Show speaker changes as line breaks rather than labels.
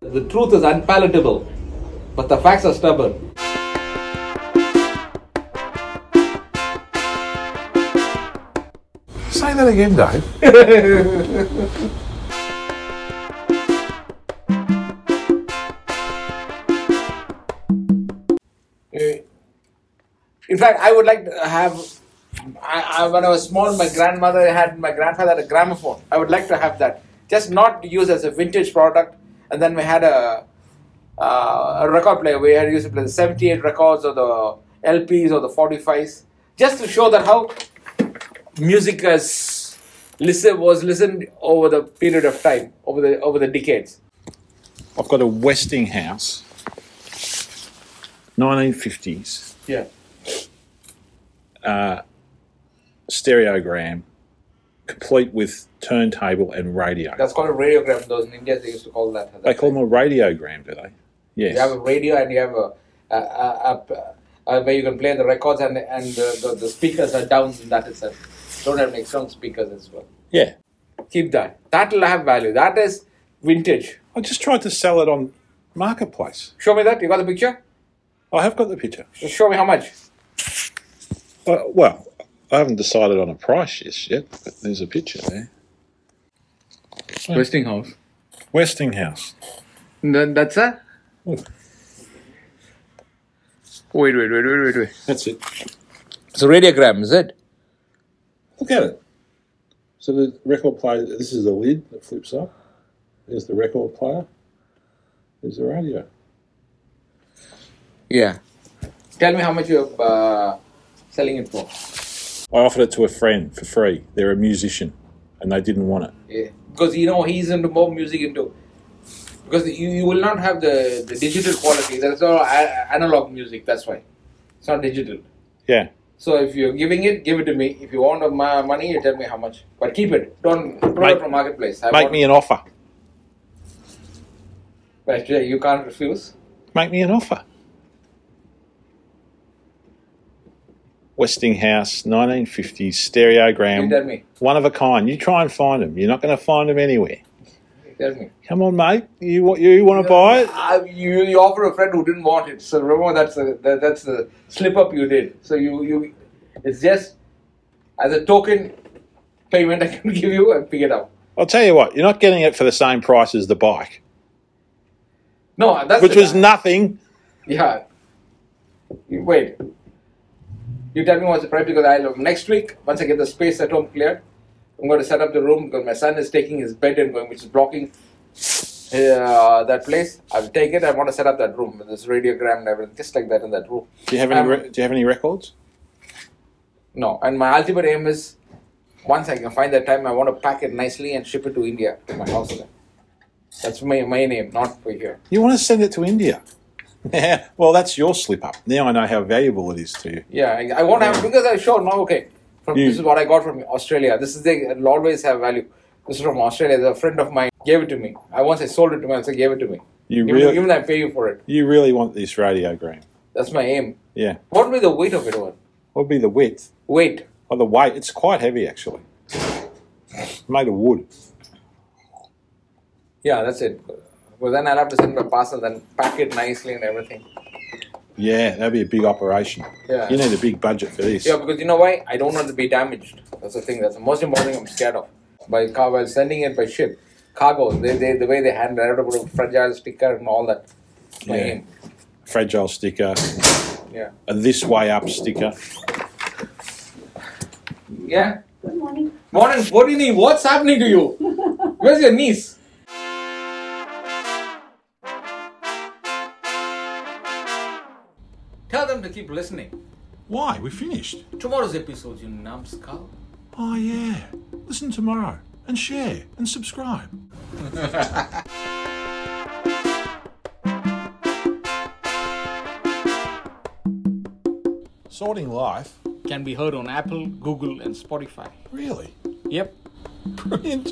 The truth is unpalatable, but the facts are stubborn.
Say that again, Dave.
Uh, In fact, I would like to have. I, I, when I was small, my grandmother had my grandfather had a gramophone. I would like to have that, just not used as a vintage product. And then we had a, uh, a record player. We had used to play the '78 records or the LPs or the '45s, just to show that how music has listen was listened over the period of time, over the over the decades.
I've got a Westinghouse, 1950s
Yeah.
stereogram, complete with turntable and radio.
That's called a radiogram. Those in India they used to call that.
they call them a radiogram, do they? Yes.
You have a radio and you have a, a, a, a, a where you can play the records and and the, the, the speakers are down in that itself. Don't have any external speakers as well.
yeah.
Keep that. That will have value. That is vintage.
I just tried to sell it on Marketplace.
Show me that. You got the picture?
I have got the picture.
Just show me how much.
Uh, well, I haven't decided on a price just yet, but there's a picture there.
Westinghouse.
Westinghouse.
Then that's a.
Oh,
Wait, wait, wait, wait, wait, wait.
that's it.
It's a radiogram, is it?
Look at it. So the record player, this is the lid that flips up. There's the record player. There's the radio.
Yeah. Tell me how much you're uh, selling it for.
I offered it to a friend for free. They're a musician and they didn't want it.
Yeah. Because you know he's into more music into because you, you will not have the, the digital quality. That's all a- analog music. That's why it's not digital.
Yeah.
So if you're giving it, give it to me. If you want my money, you tell me how much. But keep it. Don't throw
Make-
it from marketplace. I
Make
want-
me an offer.
But yeah, you can't refuse.
Make me an offer. Westinghouse 1950s stereogram.
You tell me.
One of a kind. You try and find them. You're not going to find them anywhere.
Tell me.
Come on, mate. You want you want to buy it?
Uh, you, you offer a friend who didn't want it. So remember that's a, that, that's a slip up you did. So you you it's just as a token payment I can give you and pick it up.
I'll tell you what. You're not getting it for the same price as the bike,
No, that's
which
the-
was nothing.
Yeah. You- Wait. You tell me what's the price because I'll next week once I get the space at home cleared, I'm going to set up the room because my son is taking his bed and going, which is blocking uh, that place. I'll take it. I want to set up that room with this radiogram and everything, just like that in that room.
Do you have any?
Um,
re- do you have any records?
No, and my ultimate aim is once I can find that time, I want to pack it nicely and ship it to India to my house. again. That's my my name, not for here.
You want to send it to India? Yeah. Well, that's your slip up. Now I know how valuable it is to you.
Yeah, I, I won't have because I sure now. Okay, from,
You-
this is what I got from Australia. This is they it'll always have value. This is from Australia. A friend of mine gave it to me. I once I sold it to him. I said, gave it to me.
You
even,
really-
even I pay you for it.
You really want this radiogram?
That's my aim.
Yeah.
What will be the weight of it? One
What would be the width?
weight.
Oh, the weight. It's quite heavy, actually. Made of wood.
Yeah, that's it. Well, then I'll have to send a parcel, then pack it nicely and everything.
Yeah, that'd be a big operation.
Yeah.
You need a big budget for this.
Yeah, because you know why? I don't want to be damaged. That's the thing. That's the most important thing I'm scared of. By car, while sending it by ship, cargo, they, they, the way they handle it, I have to put a fragile sticker and all that. That's my
Yeah.
aim.
Fragile sticker,
Yeah.
a this way up sticker.
Yeah. Good morning. Morning. What do you need? What's happening to you? Where's your niece? Tell them to keep listening.
Why? We finished.
Tomorrow's episode, you numbskull.
Oh, yeah. Listen tomorrow and share and subscribe. Sorting life?
Can be heard on Apple, Google, and Spotify.
Really?
Yep.
Brilliant.